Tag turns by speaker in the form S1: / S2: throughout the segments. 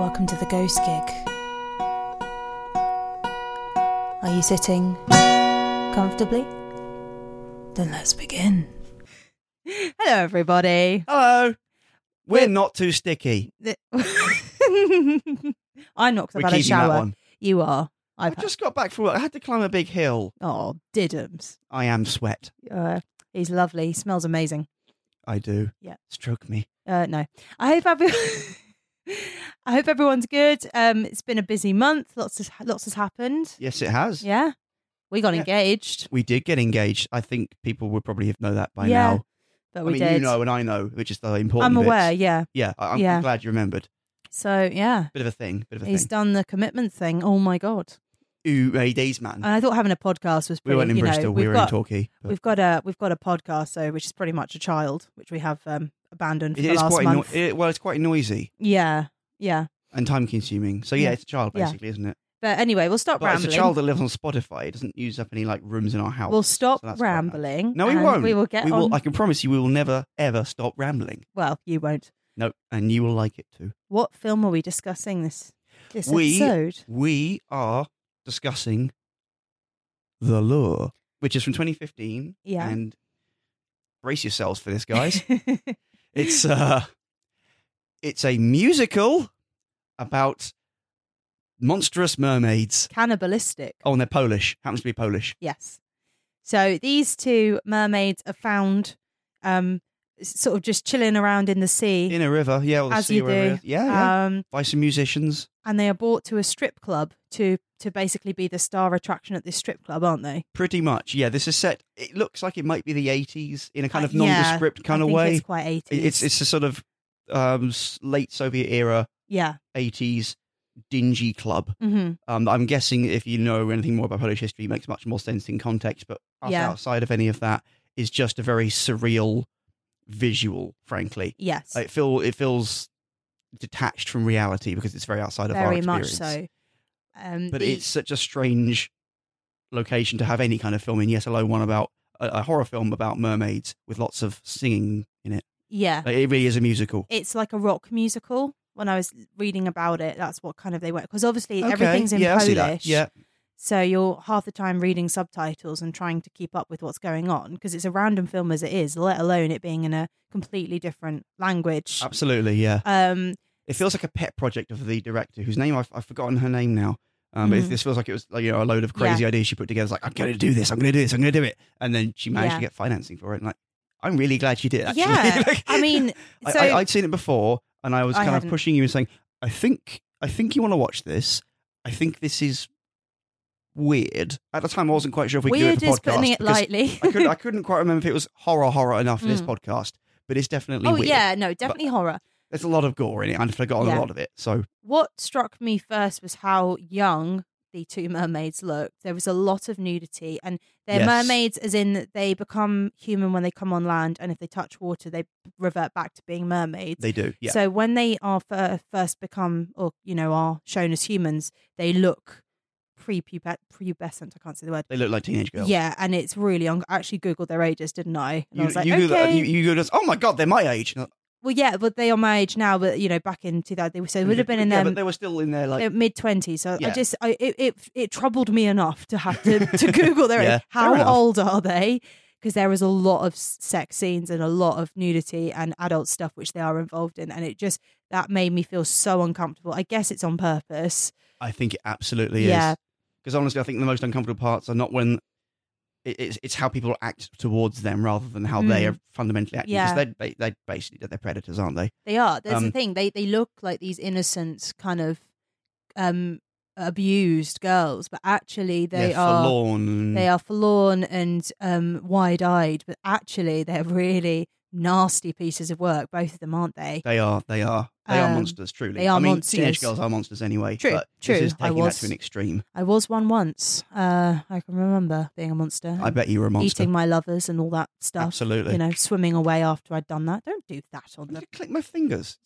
S1: Welcome to the ghost gig. Are you sitting comfortably? Then let's begin.
S2: Hello, everybody.
S3: Hello. We're
S2: We're-
S3: not too sticky.
S2: The- I'm not
S3: We're
S2: because I've had a
S3: keeping that
S2: shower.
S3: one.
S2: You are. I've
S3: I've
S2: had,
S3: just got back from work. I had to climb a big hill.
S2: oh, Diddums.
S3: I am sweat.
S2: Uh, he's lovely. He smells amazing.
S3: I do.
S2: Yeah.
S3: Stroke me.
S2: Uh, no, I hope every- I hope everyone's good. Um, it's been a busy month. Lots has lots has happened.
S3: Yes, it has.
S2: Yeah, we got
S3: Yeah.
S2: engaged,
S3: We did get engaged. I think people would probably have know that by
S2: Yeah,
S3: now.
S2: but
S3: I
S2: we
S3: mean,
S2: did.
S3: you know and I know, which is the important
S2: I'm
S3: bits.
S2: aware. Yeah.
S3: Yeah, I- I'm
S2: Yeah.
S3: glad you remembered.
S2: So yeah,
S3: Bit of a thing. Bit of a
S2: he's
S3: thing.
S2: done the commitment thing. Oh my god!
S3: Ooh, hey, days, man.
S2: And I thought having a podcast was
S3: Mm. we
S2: pretty.
S3: weren't in
S2: you know,
S3: Bristol. we
S2: we've
S3: were
S2: got,
S3: in Torquay. but
S2: We've got a we've got a podcast, so which is pretty much a child, which we have um, abandoned for
S3: It
S2: the
S3: is
S2: last
S3: quite
S2: month.
S3: no- it- well, it's quite noisy
S2: yeah, yeah.
S3: and time consuming. So yeah,
S2: Yeah.
S3: it's a child
S2: Yeah.
S3: basically, isn't it?
S2: But anyway, we'll stop
S3: But
S2: rambling.
S3: it's a child that lives on Spotify. It doesn't use up any like rooms in our house.
S2: we'll
S3: so
S2: stop
S3: that's quite nice.
S2: rambling.
S3: No, we
S2: and
S3: won't.
S2: We will get
S3: we
S2: on.
S3: will. I can promise you, we will never ever stop rambling.
S2: well, you won't.
S3: No, and you will like it too.
S2: What film are we discussing this this
S3: We-
S2: episode?
S3: We are discussing the lure, which is from 2015.
S2: Yeah.
S3: and brace yourselves for this, guys. it's uh, it's a musical about monstrous mermaids.
S2: Cannibalistic.
S3: Oh, and they're Polish. Happens to be Polish.
S2: Yes. So these two mermaids are found, um, s- sort of just chilling around in the sea,
S3: In a river, yeah, or the
S2: As
S3: sea
S2: you
S3: or a
S2: do.
S3: river. Yeah, yeah.
S2: um,
S3: by some musicians.
S2: and they are brought to a strip club to to basically be the star attraction at this strip club, aren't they?
S3: Pretty much, yeah. This is set. It looks like it might be the '80s in a kind
S2: Uh,
S3: of
S2: yeah,
S3: nondescript kind
S2: I
S3: of
S2: think
S3: way.
S2: It's quite eighties.
S3: It's it's a sort of um, s- late Soviet era
S2: yeah.
S3: '80s dingy club.
S2: hmm
S3: Um, I'm guessing if you know anything more about Polish history, it makes much more sense in context. But us
S2: Yeah.
S3: outside of any of that, is just a very surreal visual. Frankly,
S2: Yes.
S3: it feel it feels detached from reality because it's very outside of our
S2: very much
S3: experience.
S2: so. Um,
S3: But
S2: the-
S3: it's such a strange location to have any kind of film in. Yes, alone one about a, a horror film about mermaids with lots of singing in it.
S2: yeah.
S3: Like, it really is a musical.
S2: it's like a rock musical. When I was reading about it, that's what kind of they were because obviously
S3: Okay,
S2: everything's in
S3: yeah, I see that.
S2: Polish.
S3: Yeah,
S2: So you're half the time reading subtitles and trying to keep up with what's going on because it's a random film as it is, let alone it being in a completely different language.
S3: absolutely. Yeah,
S2: Um,
S3: it feels like a pet project of the director, whose name I've, I've forgotten her name now. Um, but it-
S2: Mhm.
S3: this feels like it was like, you know a load of crazy ideas she put together. It's like I'm going to do this, I'm going to do this, I'm going to do it, and then she managed
S2: Yeah.
S3: to get financing for it. And like, I'm really glad she did. Actually.
S2: Yeah,
S3: Like-
S2: I mean,
S3: I,
S2: so
S3: I, I'd seen it before, and I was
S2: I
S3: kind
S2: hadn't.
S3: of pushing you and saying, "I think, I think you want to watch this. I think this is weird." At the time, I wasn't quite sure if we could do it
S2: weird
S3: for
S2: is
S3: podcast.
S2: putting it
S3: because
S2: lightly.
S3: I couldn't, I couldn't quite remember if it was horror horror enough for this
S2: Mm.
S3: podcast, but it's definitely
S2: oh
S3: weird.
S2: yeah, no, definitely horror.
S3: There's a lot of gore in it. I'd forgotten
S2: Yeah.
S3: a lot of it. So
S2: What struck me first was how young the two mermaids looked. There was a lot of nudity, and they're
S3: Yes.
S2: mermaids as in that they become human when they come on land, and if they touch water, they revert back to being mermaids.
S3: they do. Yeah.
S2: So when they are fir- first become, or you know, are shown as humans, they look prepubescent. Prepubescent, I can't say the word.
S3: they look like teenage girls.
S2: Yeah, and it's really young. I actually googled their ages, didn't I? And I
S3: You,
S2: was like,
S3: you,
S2: okay.
S3: do that- you, you go just, oh my god, they're my age. And I-
S2: well, yeah, but they are my age now. But you know, back in 2000, they, were- so they would have been in
S3: yeah,
S2: their
S3: but they were still in their like
S2: mid twenties. Uh, So I
S3: Yeah.
S2: just, I, it, it, it troubled me enough to have to, to Google their
S3: Yeah,
S2: age.
S3: fair
S2: How
S3: enough.
S2: old are they? Because there was a lot of s- sex scenes and a lot of nudity and adult stuff which they are involved in, and it just that made me feel so uncomfortable. I guess it's on purpose.
S3: I think it absolutely
S2: Yeah.
S3: is. Because honestly, I think the most uncomfortable parts are not when it- it's, it's how people act towards them rather than how they
S2: Mm.
S3: are fundamentally acting.
S2: Yeah.
S3: Because they're, they, are basically they're predators, aren't they?
S2: They are. There's the
S3: Um,
S2: thing. They they look like these innocent kind of um abused girls, but actually they
S3: They're
S2: are.
S3: forlorn.
S2: They are forlorn and um, wide eyed, but actually they're really nasty pieces of work, both of them, aren't they?
S3: They are. They are. They are
S2: Um,
S3: monsters. Truly,
S2: they are
S3: I mean,
S2: monsters.
S3: teenage girls are monsters anyway.
S2: True,
S3: But
S2: true,
S3: This is
S2: I
S3: taking
S2: was-
S3: that to an extreme.
S2: I was one once. Uh, I can remember being a monster.
S3: I bet you were a monster.
S2: uh, Eating my lovers and all that stuff.
S3: Absolutely.
S2: You know, swimming away after I'd done that. Don't do that on the
S3: I'm gonna click my fingers.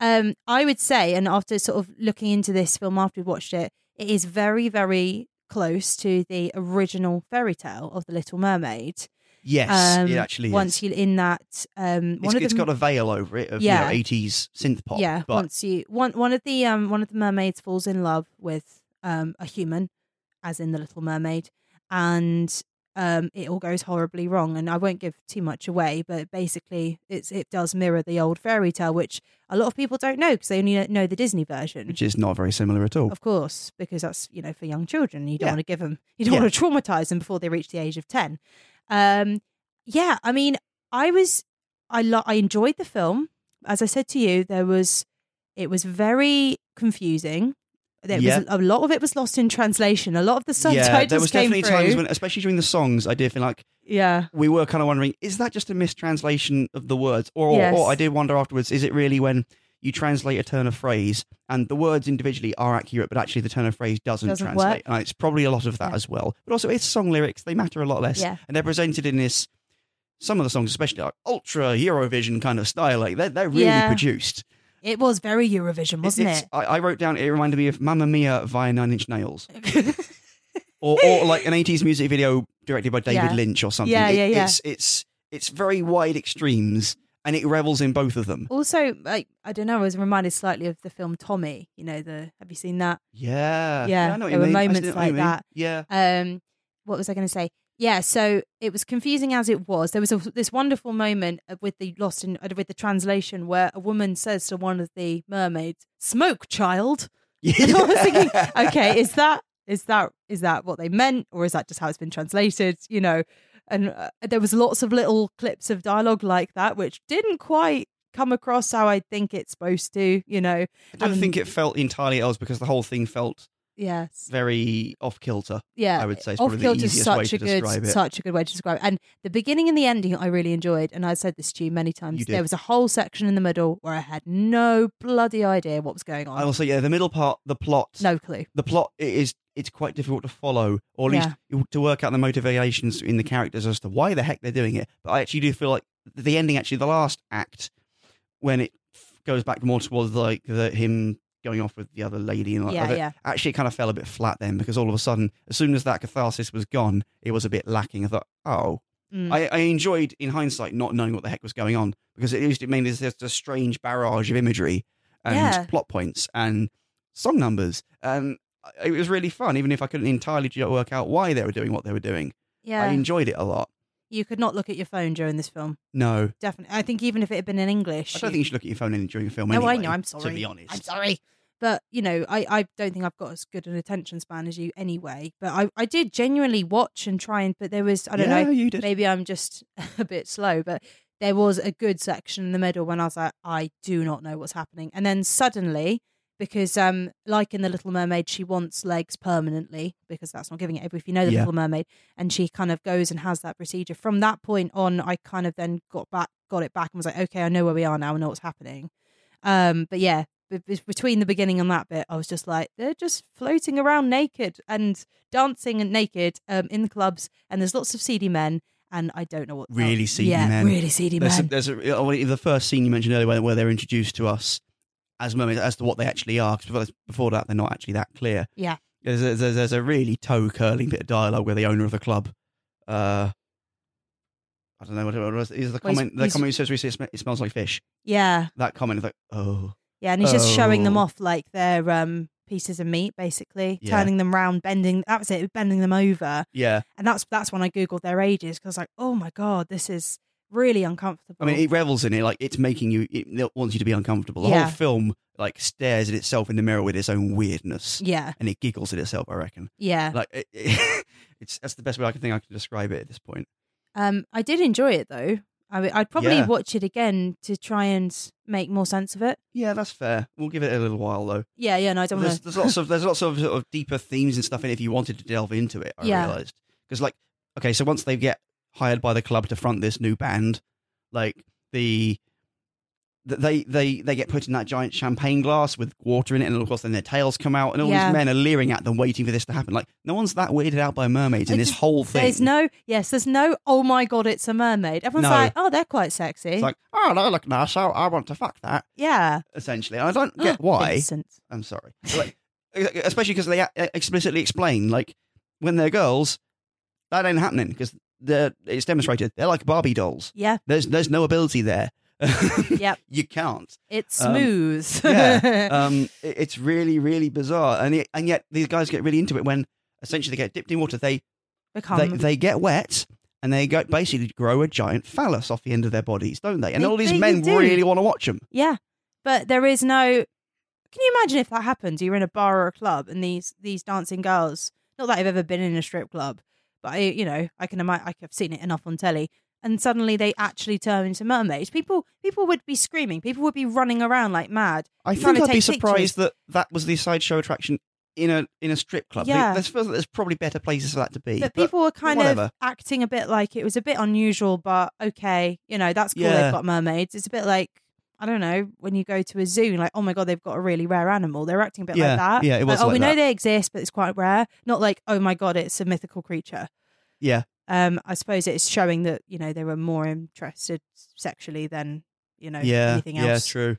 S2: um, I would say, and after sort of looking into this film after we've watched it, it is very, very close to the original fairy tale of the Little Mermaid. Um,
S3: Yes, it actually
S2: once
S3: is.
S2: you're in that, um,
S3: it's,
S2: one of
S3: it's
S2: the
S3: got a veil over it of
S2: Yeah.
S3: you know, 80s synth pop.
S2: yeah.
S3: but
S2: once you one one of the um one of the mermaids falls in love with um a human, as in the Little Mermaid, and um it all goes horribly wrong. And I won't give too much away, but basically it's it does mirror the old fairy tale, which a lot of people don't know because they only know the Disney version.
S3: which is not very similar at all.
S2: Of course, because that's you know for young children, you don't
S3: Yeah.
S2: want to give them, you don't
S3: Yeah.
S2: want to traumatize them before they reach the age of ten. Um, yeah, I mean, I was, I lo- I enjoyed the film. As I said to you, there was, it was very confusing. There
S3: Yeah.
S2: was a lot of it was lost in translation. A lot of the subtitles
S3: yeah, there was
S2: came
S3: definitely
S2: through.
S3: times when, especially during the songs, I did feel like
S2: yeah,
S3: we were kind of wondering, is that just a mistranslation of the words? Or,
S2: Yes.
S3: or I did wonder afterwards, is it really when you translate a turn of phrase and the words individually are accurate, but actually the turn of phrase doesn't,
S2: Doesn't
S3: translate?
S2: work.
S3: And it's probably a lot of that
S2: Yeah.
S3: as well. But also, it's song lyrics, they matter a lot less.
S2: Yeah.
S3: And they're presented in this, some of the songs, especially like ultra Eurovision kind of style, like they're, they're really
S2: Yeah.
S3: produced.
S2: it was very Eurovision, wasn't
S3: It's-
S2: it?
S3: I, I wrote down, it reminded me of Mamma Mia via Nine Inch Nails. or, or like an 80s music video directed by David
S2: Yeah.
S3: Lynch or something.
S2: Yeah,
S3: It-
S2: yeah, yeah.
S3: It's, it's, it's very wide extremes and it revels in both of them.
S2: also, like I don't know, I was reminded slightly of the film Tommy. You know, the have you seen that?
S3: Yeah.
S2: Yeah,
S3: I know what
S2: there
S3: you
S2: were
S3: mean. I see
S2: moments
S3: what you
S2: like
S3: mean.
S2: that.
S3: Yeah.
S2: um what was i going to say yeah so it was confusing as it was there was a, this wonderful moment of- with the lost in uh, with the translation where a woman says to one of the mermaids smoke child and i was thinking okay is that is that is that what they meant or is that just how it's been translated you know and uh, there was lots of little clips of dialogue like that which didn't quite come across how i think it's supposed to you know
S3: I don't
S2: um,
S3: think it felt entirely else because the whole thing felt
S2: yes
S3: very off kilter.
S2: yeah
S3: I would say it's
S2: off
S3: probably the
S2: kilter is
S3: easiest way
S2: such
S3: to
S2: a good
S3: describe it.
S2: such a good way to describe it and the beginning and the ending i really enjoyed and i said this to you many times
S3: You did.
S2: there was a whole section in the middle where i had no bloody idea what was going on
S3: I will say, yeah, the middle part, the plot,
S2: no clue
S3: the plot it is it's quite difficult to follow or at least to work out the motivations in the characters as to why the heck they're doing it but i actually do feel like the ending actually the last act when it f- goes back more towards like the him going off with the other lady and like
S2: yeah
S3: other-
S2: yeah
S3: actually it kind of fell a bit flat then because all of a sudden as soon as that catharsis was gone it was a bit lacking i thought oh
S2: Mm.
S3: I, I enjoyed in hindsight not knowing what the heck was going on because it used to mean there's just a strange barrage of imagery and
S2: Yeah.
S3: plot points and song numbers. Um, it was really fun, even if I couldn't entirely ju- work out why they were doing what they were doing. I
S2: yeah
S3: enjoyed it a lot.
S2: you could not look at your phone during this film
S3: No,
S2: definitely i think even if it had been in english
S3: I don't
S2: you-
S3: think you should look at your phone in- during a film.
S2: no
S3: anyway,
S2: i know i'm sorry
S3: To be
S2: i'm
S3: honest,
S2: sorry but you know I, I don't think i've got as good an attention span as you anyway but i, I did genuinely watch and try and but there was i don't
S3: yeah,
S2: know
S3: you did.
S2: maybe I'm just a bit slow, but there was a good section in the middle when I was like, I do not know what's happening. And then suddenly, because um, like in The Little Mermaid, she wants legs permanently because that's not giving it. If you know The
S3: Yeah.
S2: Little Mermaid, and she kind of goes and has that procedure. From that point on, I kind of then got back, got it back, and was like, okay, I know where we are now. I know what's happening. Um, but yeah. be- be- Between the beginning and that bit, I was just like, they're just floating around naked and dancing and naked um, in the clubs, and there's lots of seedy men, and I don't know what
S3: Really
S2: else-
S3: seedy
S2: yeah,
S3: men.
S2: really seedy
S3: There's, a,
S2: men.
S3: there's a, oh, well, the first scene you mentioned earlier where, where they're introduced to us as mermaids as to what they actually are because before, before that they're not actually that clear.
S2: Yeah.
S3: There's a, there's, there's a really toe curling bit of dialogue where the owner of the club, uh, I don't know what it was. Is the
S2: Well, he's-
S3: comment the
S2: he's-
S3: comment says recently, "It sm- it smells like fish.
S2: yeah,
S3: That comment is like oh
S2: yeah, and he's just showing them
S3: Oh.
S2: off like they're um, pieces of meat, basically
S3: Yeah.
S2: turning them round, bending. That was it, bending them over,
S3: yeah.
S2: and that's that's when I googled their ages because like, oh my god, this is really uncomfortable.
S3: I mean, e it revels in it. Like it's making you. It, it wants you to be uncomfortable. The
S2: Yeah.
S3: whole film like stares at itself in the mirror with its own weirdness,
S2: yeah,
S3: and it giggles at itself. I reckon.
S2: yeah.
S3: Like it, it- it's that's the best way I can think I can describe it at this point.
S2: Um, I did enjoy it though. I would- I'd probably
S3: Yeah.
S2: watch it again to try and make more sense of it.
S3: Yeah, that's fair. We'll give it a little while though.
S2: Yeah, yeah, no, I don't
S3: There's,
S2: want
S3: there's lots of there's lots of sort of deeper themes and stuff in it if you wanted to delve into it. I
S2: Yeah.
S3: realized because like okay, so once they get hired by the club to front this new band, like the th- they they they get put in that giant champagne glass with water in it, and of course then their tails come out, and all
S2: Yeah.
S3: these men are leering at them, waiting for this to happen. Like no one's that weirded out by mermaids in
S2: I
S3: this
S2: just-
S3: whole
S2: to.
S3: thing.
S2: There's no, yes, there's no. Oh my god, it's a mermaid. Everyone's
S3: No.
S2: like, oh, they're quite sexy.
S3: it's like oh they look nice, I, I want to fuck that
S2: yeah,
S3: essentially. And I don't get why.
S2: Vincent.
S3: I'm sorry. Like, e-, especially because they explicitly explain, like, when they're girls, that ain't happening because they're, it's demonstrated they're like Barbie dolls.
S2: Yeah.
S3: There's there's no ability there.
S2: Yep.
S3: you can't.
S2: It's
S3: Um,
S2: smooth.
S3: Yeah. um, it- it's really really bizarre, and it, and yet these guys get really into it when essentially they get dipped in water. They
S2: Become
S3: they, they get wet and they go basically grow a giant phallus off the end of their bodies, don't they? And
S2: They-
S3: all these
S2: they
S3: men
S2: do.
S3: really want to watch them.
S2: Yeah, but there is no. Can you imagine if that happened? You're in a bar or a club, and these these dancing girls. Not that I've ever been in a strip club, but I, you know, I can imagine. I've seen it enough on telly. And suddenly they actually turn into mermaids. People people would be screaming. People would be running around like mad.
S3: I
S2: Trying
S3: think
S2: to
S3: I'd be
S2: take
S3: surprised that that was the sideshow attraction in a in a strip club.
S2: Yeah.
S3: There's, there's probably better places for that to be.
S2: But
S3: but-
S2: people were kind of
S3: whatever.
S2: acting a bit like it was a bit unusual, but okay, you know, that's cool. They've
S3: Yeah.
S2: got mermaids. It's a bit like. I don't know when you go to a zoo, you're like oh my god, they've got a really rare animal. They're acting a bit
S3: Yeah,
S2: like that.
S3: yeah, it was
S2: oh,
S3: like
S2: we know
S3: that.
S2: they exist, but it's quite rare. Not like oh my god, it's a mythical creature.
S3: yeah.
S2: Um, I suppose it's showing that you know they were more interested sexually than you know
S3: Yeah.
S2: anything
S3: Yeah.
S2: else.
S3: True.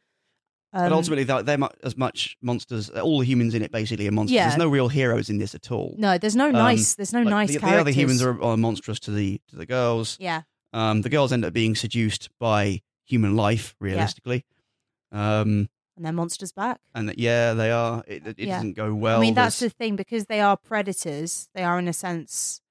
S2: Um,
S3: but ultimately, they're, they're mu- as much monsters. All the humans in it basically are monsters.
S2: Yeah.
S3: There's no real heroes in this at all.
S2: no, there's no nice, there's no
S3: um, Like,
S2: nice
S3: the, the
S2: characters.
S3: other humans are, are monstrous to the to the girls.
S2: yeah,
S3: Um, the girls end up being seduced by human life, realistically. Um,
S2: and they're monsters back.
S3: and that, yeah, they are. It, it it
S2: Yeah.
S3: doesn't go well.
S2: I mean, that's
S3: There's-
S2: the thing because they are predators. They are, in a sense,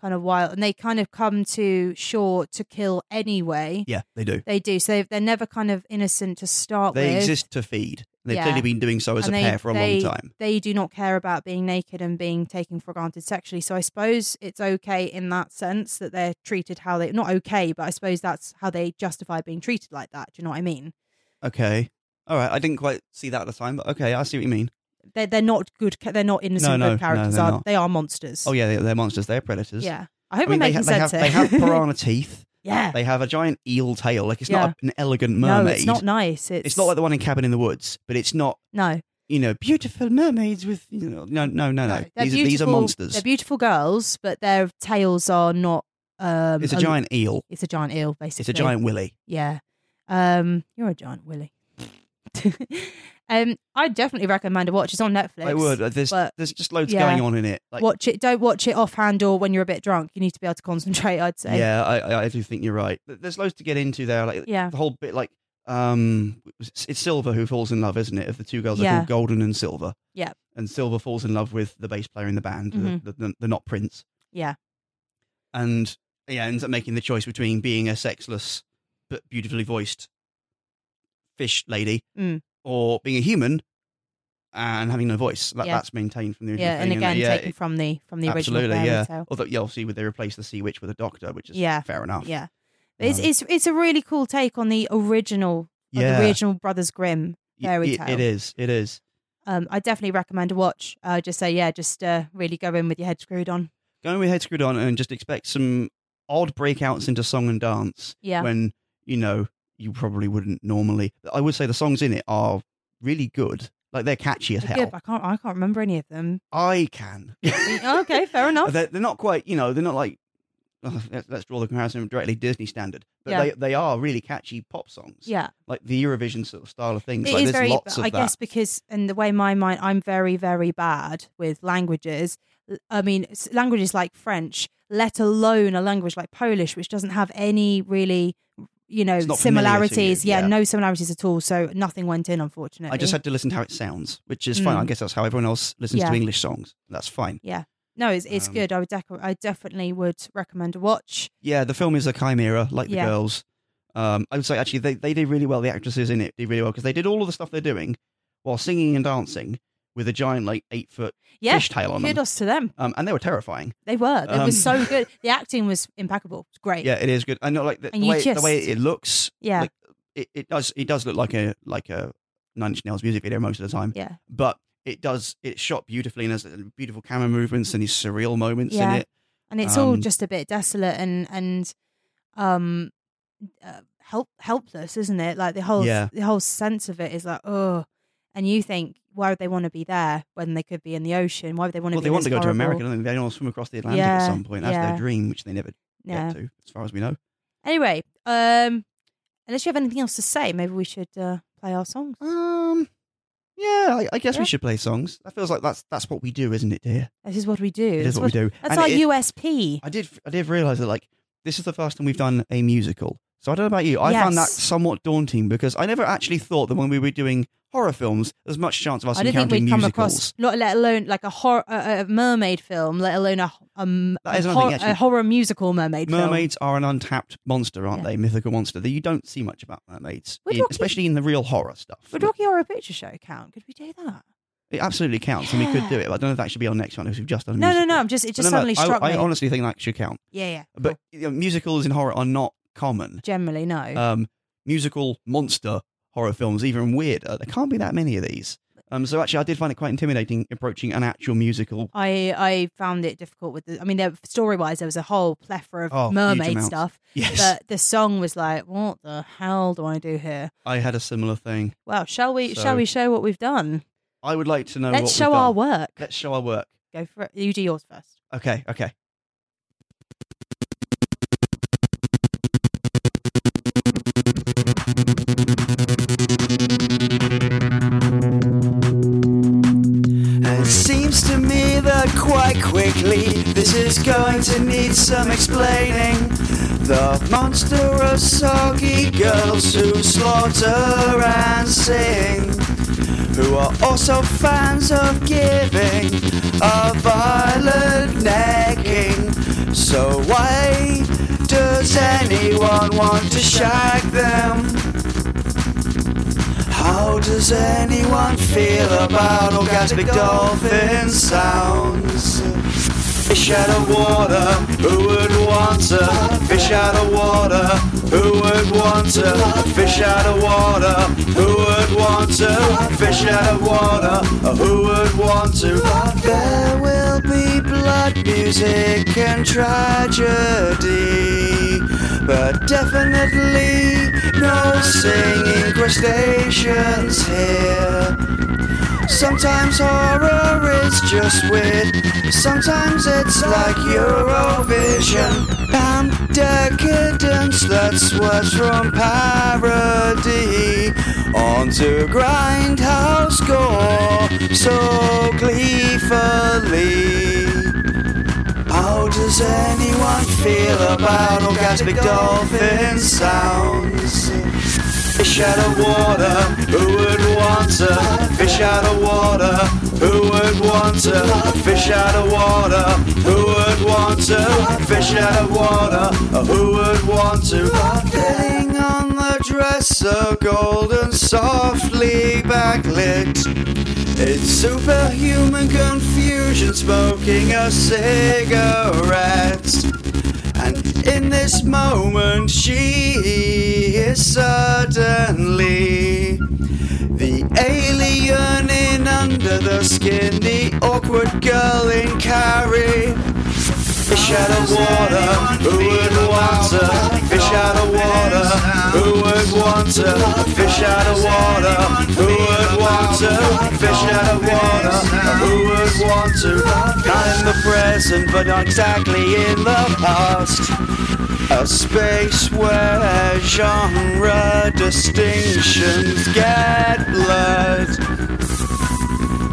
S2: kind of wild, and they kind of come to shore to kill anyway.
S3: yeah, they do.
S2: They do, so they're never kind of innocent to start
S3: They
S2: with.
S3: exist to feed. They've
S2: Yeah.
S3: clearly been doing so as
S2: And
S3: a
S2: they-
S3: pair for a
S2: they-
S3: long time.
S2: They do not care about being naked and being taken for granted sexually. So I suppose it's okay in that sense that they're treated how they not okay, but I suppose that's how they justify being treated like that. Do you know what I mean?
S3: Okay. All right. I didn't quite see that at the time, but okay, I see what you mean.
S2: They're they're not good. ca- They're not innocent
S3: no, no,
S2: good characters.
S3: they're
S2: are
S3: not.
S2: they are monsters?
S3: Oh yeah, they're, they're monsters. They're predators.
S2: yeah. I
S3: I
S2: hope
S3: mean,
S2: we're
S3: they,
S2: making
S3: ha- they have
S2: sense
S3: they
S2: here.
S3: have piranha teeth.
S2: yeah.
S3: They have a giant eel tail. Like it's not a, an elegant
S2: No,
S3: mermaid.
S2: it's not nice. It's,
S3: It's not like the one in Cabin in the Woods, but it's not
S2: no,
S3: you know beautiful mermaids with you know no no no no.
S2: They're
S3: These are, these are
S2: beautiful-
S3: monsters.
S2: They're beautiful girls, but their tails are not. Um,
S3: It's a giant eel.
S2: It's a giant eel, basically.
S3: It's a giant willy.
S2: Yeah. Um, you're a giant Willy. um, I definitely recommend a watch. It's on Netflix.
S3: I would. uh, There's
S2: but-
S3: there's just loads
S2: yeah.
S3: going on in it. Like
S2: watch it. Don't watch it offhand or when you're a bit drunk. You need to be able to concentrate. I'd say.
S3: yeah, I- I I do think you're right. Th- There's loads to get into there. Like
S2: Yeah.
S3: the whole bit like um it's it's silver who falls in love isn't it of the two girls they're
S2: Yeah.
S3: called golden and silver
S2: Yeah.
S3: and silver falls in love with the bass player in the band
S2: Mhm.
S3: the, the, the not prince
S2: Yeah.
S3: and yeah ends up making the choice between being a sexless but beautifully voiced fish lady
S2: Mm.
S3: or being a human and having no voice that,
S2: Yeah.
S3: that's maintained from the original
S2: Yeah,
S3: thing
S2: and
S3: isn't it?
S2: again,
S3: yeah,
S2: taken from the from the
S3: it- absolutely
S2: original fairy
S3: yeah
S2: tale.
S3: although yeah, obviously they replace the sea witch with a doctor which is
S2: Yeah.
S3: fair enough
S2: Yeah, it's
S3: Um,
S2: it's it's a really cool take on the original, on
S3: Yeah.
S2: the original Brothers Grimm.
S3: Y-
S2: fairy
S3: it-
S2: tale.
S3: it is it is
S2: Um, I definitely recommend a watch. Uh, just say yeah, just uh, really go in with your head screwed on.
S3: go in with head screwed on and just expect some odd breakouts into song and dance
S2: Yeah,
S3: when you know you probably wouldn't normally. I would say the songs in it are really good. Like they're catchy as
S2: They're good,
S3: hell.
S2: but I can't I can't remember any of them. Oh,
S3: I can.
S2: okay, fair enough.
S3: they're, they're not quite. You know, they're not like. oh, let's, let's draw the comparison directly Disney standard, but
S2: Yeah.
S3: they they are really catchy pop songs.
S2: Yeah.
S3: like the Eurovision sort of style of
S2: It
S3: things.
S2: is
S3: like there's
S2: very.
S3: lots of
S2: I
S3: that.
S2: guess because in the way my mind, I'm very very bad with languages. L- I mean, s- languages like French, let alone a language like Polish, which doesn't have any really, you know,
S3: It's not familiar to you,
S2: similarities. yeah,
S3: yeah.
S2: no similarities at all. So nothing went in, unfortunately.
S3: I just had to listen to how it sounds, which is fine.
S2: Mm.
S3: I guess that's how everyone else listens
S2: Yeah.
S3: to English songs. That's fine.
S2: no, it's it's
S3: um,
S2: good. I would dec- I definitely would recommend a watch.
S3: Yeah, the film is a chimera, like the
S2: Yeah.
S3: girls. Um, I would say actually they, they did really well. The actresses in it did really well because they did all of the stuff they're doing while singing and dancing with a giant like eight foot
S2: Yeah,
S3: fish tail on them,
S2: kudos to them.
S3: um, and they were terrifying.
S2: They were. They were
S3: Um,
S2: so good. The acting was impeccable. It's great.
S3: Yeah, it is good. I know like the,
S2: And
S3: the
S2: you
S3: way the way
S2: just-
S3: it looks,
S2: yeah,
S3: like- it, it does it does look like a like a Nine Inch Nails music video most of the time,
S2: yeah.
S3: but it does it's shot beautifully and there's beautiful camera movements and these surreal moments
S2: Yeah.
S3: in it.
S2: and it's all
S3: Um,
S2: just a bit desolate and and um uh, help helpless isn't it like the whole
S3: Yeah.
S2: the whole sense of it is like oh and you think why would they want to be there when they could be in the ocean why would they want
S3: Well,
S2: to be
S3: they
S2: in
S3: want
S2: this
S3: to go to
S2: horrible-
S3: America. Don't they? they want to swim across the Atlantic
S2: Yeah,
S3: at some point. That's
S2: yeah.
S3: their dream, which they never
S2: yeah
S3: get to, as far as we know.
S2: anyway um unless you have anything else to say maybe we should uh play our songs
S3: Um, Yeah, I, I guess
S2: Yeah.
S3: we should play songs. That feels like that's that's what we do, isn't it, dear?
S2: This is what we do.
S3: It is
S2: That's
S3: what we do.
S2: That's
S3: And
S2: our
S3: it-
S2: USP.
S3: I did I did realize that like this is the first time we've done a musical. So I don't know about you. I found that
S2: Yes.
S3: somewhat daunting because I never actually thought that when we were doing horror films, there's much chance of us
S2: I don't think
S3: encountering
S2: we'd come
S3: musicals.
S2: across, not, let alone like a, horror, a, a mermaid film, let alone a, um,
S3: That is
S2: a,
S3: another thing,
S2: hor-
S3: actually.
S2: a horror musical mermaid
S3: Mermaids are an untapped monster, aren't
S2: Yeah.
S3: they? Mythical monster. That you don't see much about mermaids,
S2: Would
S3: in-
S2: Rocky-
S3: especially in the real horror stuff.
S2: film. Would Rocky Horror Picture Show count? Could we do that?
S3: It absolutely counts, and we could
S2: Yeah.
S3: do it. But I don't know if that should be our next one because we've just done. A
S2: No, no,
S3: musical.
S2: no. I'm just, it just
S3: No, no,
S2: suddenly
S3: I-
S2: struck
S3: I,
S2: me.
S3: honestly think that should count.
S2: yeah, yeah.
S3: But you know, musicals in horror are not common.
S2: Generally, no.
S3: Um, musical monster horror films even weirder. There can't be that many of these. Um, so actually, I did find it quite intimidating approaching an actual musical.
S2: I I found it difficult with the. I mean, there, story wise, there was a whole plethora of
S3: Oh, huge
S2: mermaid
S3: amounts.
S2: stuff,
S3: Yes,
S2: but the song was like, "What the hell do I do here?"
S3: I had a similar thing.
S2: Well, shall we
S3: So-
S2: shall we show what we've done?
S3: I would like to know. what
S2: Let's
S3: we've
S2: show our
S3: done.
S2: work.
S3: Let's show our work.
S2: Go for it. You do yours first.
S3: Okay, okay.
S4: It seems to me that quite quickly this is going to need some explaining. The monster of soggy girls who slaughter and sing, who are also fans of giving, of violent necking. So why does anyone want to shag them? How does anyone feel about orgasmic dolphin sounds? Fish out of water, who would want to? Fish out of water, who would want to? Fish out of water, who would want to? Fish out of water, Uh, who would want to? There will be blood, music, and tragedy, but definitely no singing crustaceans here. Sometimes horror is just weird. Sometimes it's like Eurovision. And decadence that swerves from parody onto grindhouse gore so gleefully. How does anyone feel about orgasmic dolphin sounds? Fish out of water, who would want to? Fish out of water, who would want to? Fish out of water, who would want to? Fish out of water, uh, who would want to? Getting on the dresser, golden, softly backlit. It's superhuman confusion smoking a cigarette. And in this moment, she is suddenly the alien in under the skin, the awkward girl in carry. Fish out of water, who would want to? Fish out of water, who would want to? Fish out of water, who would want to? Fish out of water, who would want to? Not in the present, but not exactly in the past. A space where genre distinctions get blurred.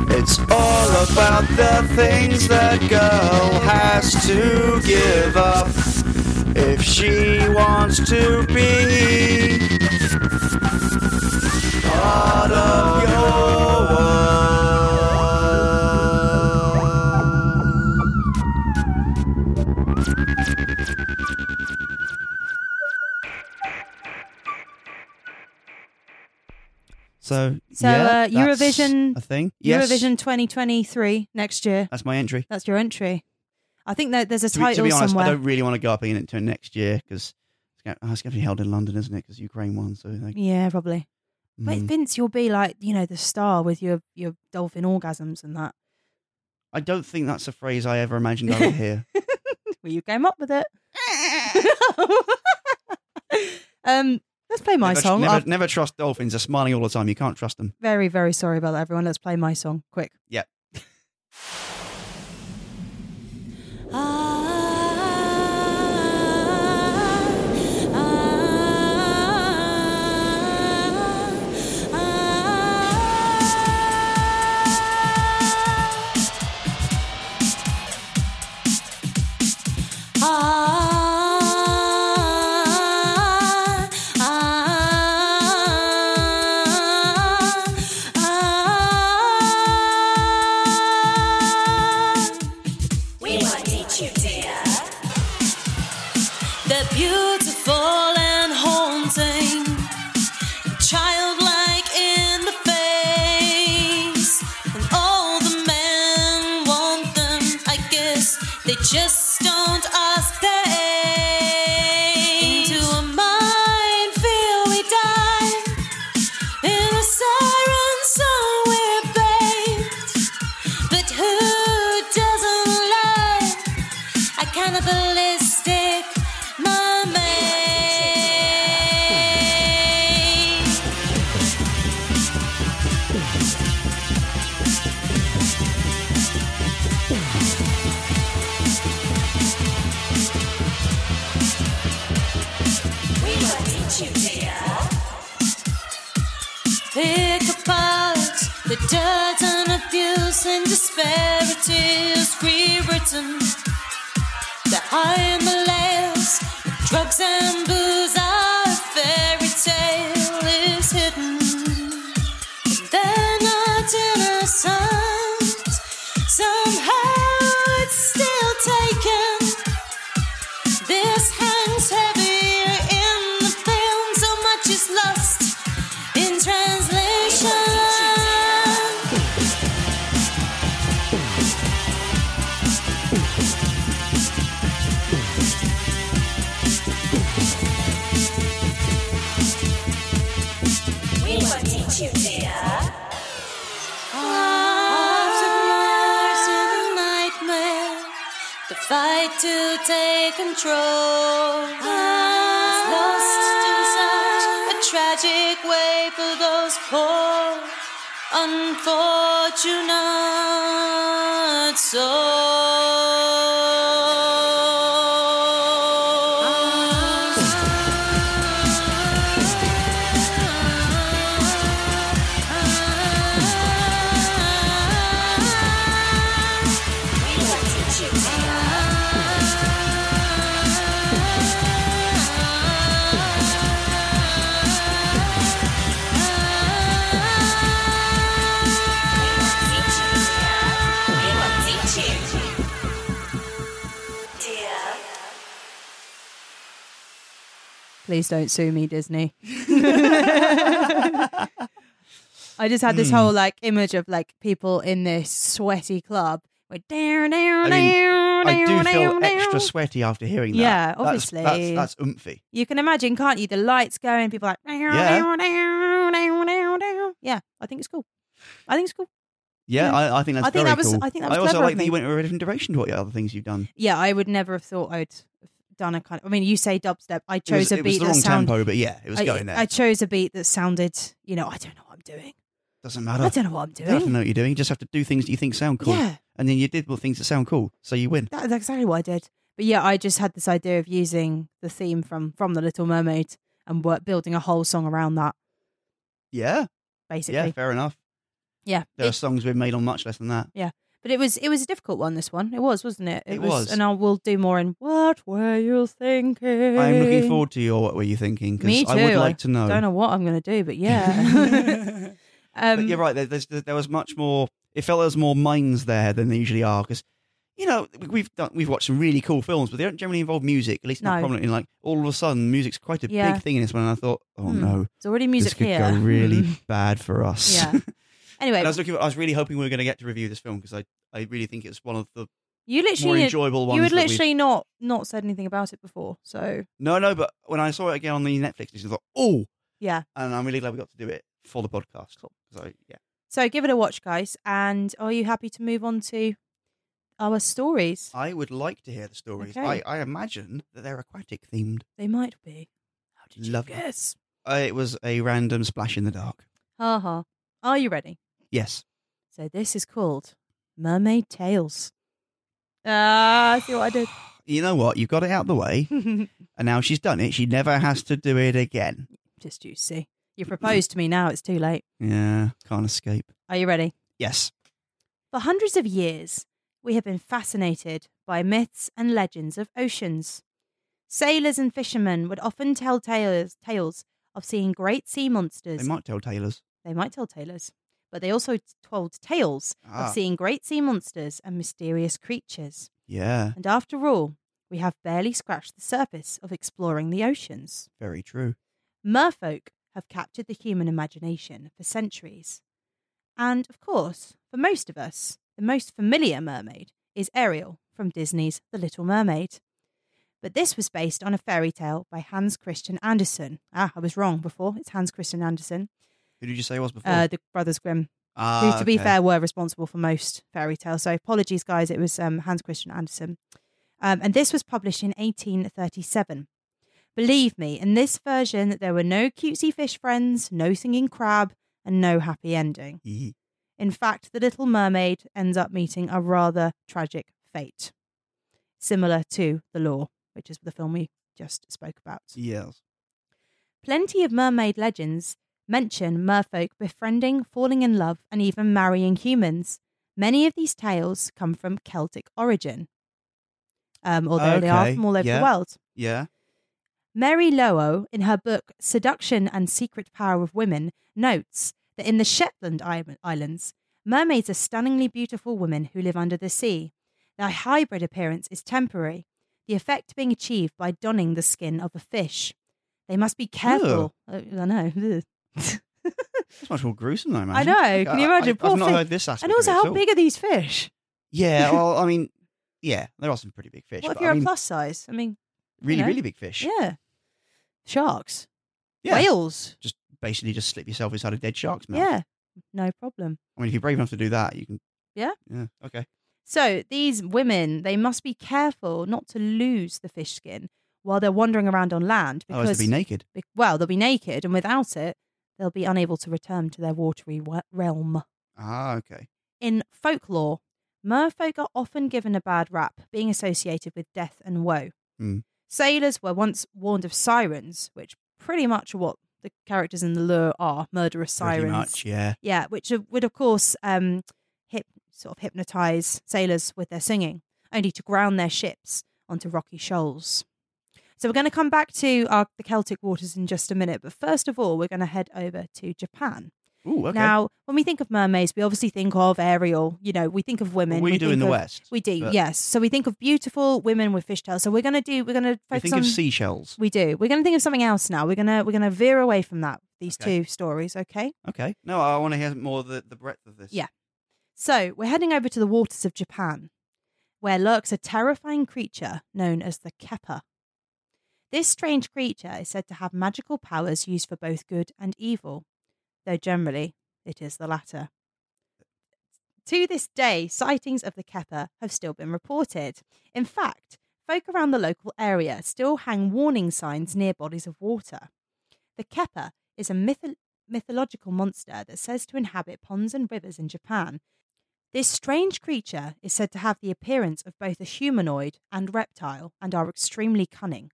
S4: It's all about the things that girl has to give up if she wants to be part of your world.
S3: So,
S2: So,
S3: yeah,
S2: uh,
S3: that's
S2: Eurovision-
S3: a thing. Yes,
S2: Eurovision 2023 next year.
S3: That's my entry.
S2: That's your entry. I think that there's a
S3: To be,
S2: title
S3: to be honest,
S2: somewhere.
S3: I don't really want to go up in it until next year because it's going oh, it's going to be held in London, isn't it? Because Ukraine won, so like,
S2: Yeah, probably. But
S3: mm.
S2: Vince, you'll be like you know the star with your your dolphin orgasms and that.
S3: I don't think that's a phrase I ever imagined I would hear.
S2: Well, you came up with it. um, let's play my
S3: never,
S2: song.
S3: Never,
S2: I'm
S3: never trust dolphins. They're smiling all the time. You can't trust them.
S2: very, very sorry about that, everyone. Let's play my song quick.
S3: Yep.
S5: Just don't ask their age. Into a minefield we dive. In a siren song we're bathed. But who doesn't love a cannibalistic mermaid? We will meet you, dear. Ichabod, the dirt and abuse and disparities rewritten. The high and the lows, drugs and booze, our fairy tale is hidden. And they're not innocent. Somehow it's still taken. This hangs heavier in the film, so much is lost in translation. We will teach you, dear. Lives of lives in a nightmare. The fight to take control is lost in such a tragic way for those poor, unfortunate souls.
S2: Please don't sue me, Disney. I just had this
S3: Hmm.
S2: whole like image of like people in this sweaty club. With down, down,
S3: I mean,
S2: down,
S3: I do
S2: down,
S3: feel
S2: down,
S3: extra
S2: down.
S3: sweaty after hearing that.
S2: Yeah,
S3: That's-
S2: obviously.
S3: That's, that's, oomphy.
S2: You can imagine, can't you? The lights going, people like down,
S3: Yeah.
S2: down, down, down, down, down. Yeah, I think it's cool. I think it's cool.
S3: Yeah,
S2: Yeah.
S3: I, I think that's
S2: Hmm. I think
S3: very
S2: that was-
S3: cool.
S2: I think that was
S3: also
S2: clever
S3: like
S2: of
S3: that you
S2: me.
S3: went in a different direction to what the other things you've done.
S2: Yeah, I would never have thought I would have done a kind of. I mean, you say dubstep. I
S3: It was,
S2: chose a
S3: it was
S2: beat
S3: the
S2: that
S3: wrong
S2: sounded.
S3: tempo, but yeah, it was going there.
S2: I, I chose a beat that sounded. You know, I don't know what I'm doing.
S3: Doesn't
S2: I
S3: matter.
S2: don't know what I'm
S3: You don't have to
S2: doing.
S3: know what you're doing. You just have to do things that you think sound cool.
S2: Yeah,
S3: And then you did what things that sound cool, so you win.
S2: that- that's exactly what I did. But yeah, I just had this idea of using the theme from from the Little Mermaid and work, building a whole song around that.
S3: Yeah, yeah,
S2: Basically,
S3: fair enough.
S2: yeah.
S3: There
S2: It-
S3: are songs we've made on much less than that.
S2: but it was it was a difficult one. This one, it was, wasn't it?
S3: It was.
S2: and I will do more in what were you thinking?
S3: I'm looking forward to your What Were You Thinking?
S2: Me
S3: Because I would
S2: too.
S3: like to know.
S2: Don't know what I'm going to do, but yeah. um,
S3: but you're right. There, there's, there was much more. It felt there was more minds there than there usually are. Because you know we've done, we've watched some really cool films, but they don't generally involve music. At least not
S2: No.
S3: prominently. Like all of a sudden, music's quite a
S2: Yeah.
S3: big thing in this one. And I thought, oh
S2: Hmm.
S3: no,
S2: It's already music
S3: this could
S2: here.
S3: go really
S2: Mm.
S3: bad for us.
S2: yeah. Anyway,
S3: And I was looking. I was really hoping we were going to get to review this film because I, I really think it's one of the
S2: you
S3: more
S2: literally
S3: enjoyable ones.
S2: you had
S3: that we've-
S2: literally not not said anything about it before. So
S3: no, no. But when I saw it again on the Netflix, I thought, oh,
S2: yeah.
S3: and I'm really glad we got to do it for the podcast. So yeah,
S2: So give it a watch, guys. And are you happy to move on to our stories?
S3: I would like to hear the stories.
S2: Okay.
S3: I, I imagine that they're aquatic themed.
S2: They might be. How did you
S3: Lovely.
S2: guess?
S3: Uh, it was a random splash in the dark.
S2: Ha ha. Are you ready?
S3: Yes.
S2: So this is called Mermaid Tales. Ah, I see what I did.
S3: You know what? You've got it out the way, and now she's done it. She never has to do it again.
S2: Just you see. You proposed to me now, it's too late.
S3: Yeah, can't escape.
S2: Are you ready?
S3: Yes.
S2: For hundreds of years, we have been fascinated by myths and legends of oceans. Sailors and fishermen would often tell tales, tales of seeing great sea monsters.
S3: They might tell tailors.
S2: They might tell tailors, but they also t- told tales
S3: Ah.
S2: of seeing great sea monsters and mysterious creatures.
S3: Yeah,
S2: And after all, we have barely scratched the surface of exploring the oceans.
S3: very true.
S2: Merfolk have captured the human imagination for centuries. And of course, for most of us, the most familiar mermaid is Ariel from Disney's The Little Mermaid. But this was based on a fairy tale by Hans Christian Andersen. Ah, I was wrong before. It's Hans Christian Andersen,
S3: Who did you say was before?
S2: uh, the Brothers Grimm, who,
S3: ah,
S2: to be
S3: okay.
S2: fair, were responsible for most fairy tales. So apologies, guys. It was um, Hans Christian Andersen. Um, and this was published in 1837. Believe me, in this version, there were no cutesy fish friends, no singing crab, and no happy ending.
S3: Yee.
S2: In fact, the little mermaid ends up meeting a rather tragic fate, similar to The Law, which is the film we just spoke about.
S3: Yes.
S2: Plenty of mermaid legends mention merfolk befriending, falling in love, and even marrying humans. Many of these tales come from Celtic origin, um, although they are
S3: Okay,
S2: from all over
S3: yeah.
S2: the world.
S3: Yeah.
S2: Mary Lowell, in her book Seduction and Secret Power of Women, notes that in the Shetland I- Islands, mermaids are stunningly beautiful women who live under the sea. Their hybrid appearance is temporary, the effect being achieved by donning the skin of a fish. They must be careful. Uh, I know. ugh.
S3: That's much more gruesome, though, man.
S2: I know. Can you imagine?
S3: I,
S2: Poor
S3: I've not
S2: thing.
S3: heard this aspect.
S2: And
S3: of
S2: also,
S3: it at
S2: how
S3: all.
S2: big are these fish?
S3: Yeah. Well, I mean, yeah, there are some pretty big fish.
S2: What if
S3: but
S2: you're
S3: I mean,
S2: a plus size? I mean,
S3: really,
S2: know?
S3: really big fish.
S2: yeah. Sharks,
S3: Yeah.
S2: whales.
S3: Just basically just slip yourself inside a dead shark's mouth.
S2: Yeah, no problem.
S3: I mean, if you're brave enough to do that, you can.
S2: Yeah.
S3: Yeah. Okay.
S2: So these women, they must be careful not to lose the fish skin while they're wandering around on land
S3: Oh, as
S2: because,
S3: to be naked.
S2: be- well, they'll be naked and without it, they'll be unable to return to their watery we- realm.
S3: Ah, okay.
S2: In folklore, merfolk are often given a bad rap, being associated with death and woe.
S3: Hmm.
S2: Sailors were once warned of sirens, which pretty much are what the characters in the lure are murderous
S3: Pretty
S2: sirens.
S3: much. Yeah.
S2: Yeah, which uh, would of course um, hip, sort of hypnotize sailors with their singing, only to ground their ships onto rocky shoals. So we're going to come back to our, the Celtic waters in just a minute, but first of all, we're going to head over to Japan.
S3: Ooh. Okay.
S2: Now, when we think of mermaids, we obviously think of Ariel. You know, we think of women.
S3: we do in
S2: think
S3: the
S2: of-
S3: West.
S2: We do,
S3: but-
S2: yes. So we think of beautiful women with fishtails. So we're going to do. We're going to
S3: We
S2: focus
S3: think
S2: on.
S3: of seashells.
S2: we do. We're going to think of something else now. We're gonna we're gonna veer away from that. These
S3: Okay.
S2: two stories, okay?
S3: Okay. No, I want to hear more of the, the breadth of this.
S2: Yeah. So we're heading over to the waters of Japan, where lurks a terrifying creature known as the Keppa. This strange creature is said to have magical powers used for both good and evil, though generally it is the latter. To this day, sightings of the Keppa have still been reported. In fact, folk around the local area still hang warning signs near bodies of water. The Keppa is a mytho- mythological monster that says to inhabit ponds and rivers in Japan. This strange creature is said to have the appearance of both a humanoid and reptile and are extremely cunning.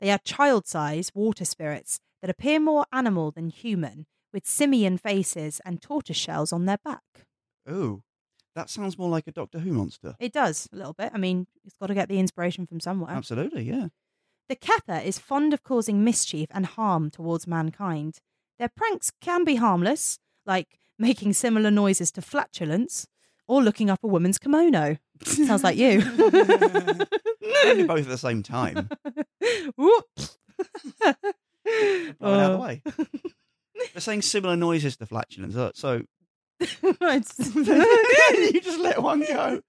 S2: They are child sized water spirits that appear more animal than human, with simian faces and tortoise shells on their back.
S3: Ooh. That sounds more like a Doctor Who monster.
S2: It does a little bit. I mean, it's got to get the inspiration from somewhere.
S3: Absolutely. Yeah.
S2: The Keppa is fond of causing mischief and harm towards mankind. Their pranks can be harmless, like making similar noises to flatulence or looking up a woman's kimono. Sounds like you.
S3: Only both at the same time.
S2: Whoops.
S3: Right out of the
S2: Oh.
S3: way. They're saying similar noises to flatulence, uh, so
S2: It's-
S3: you just let one go.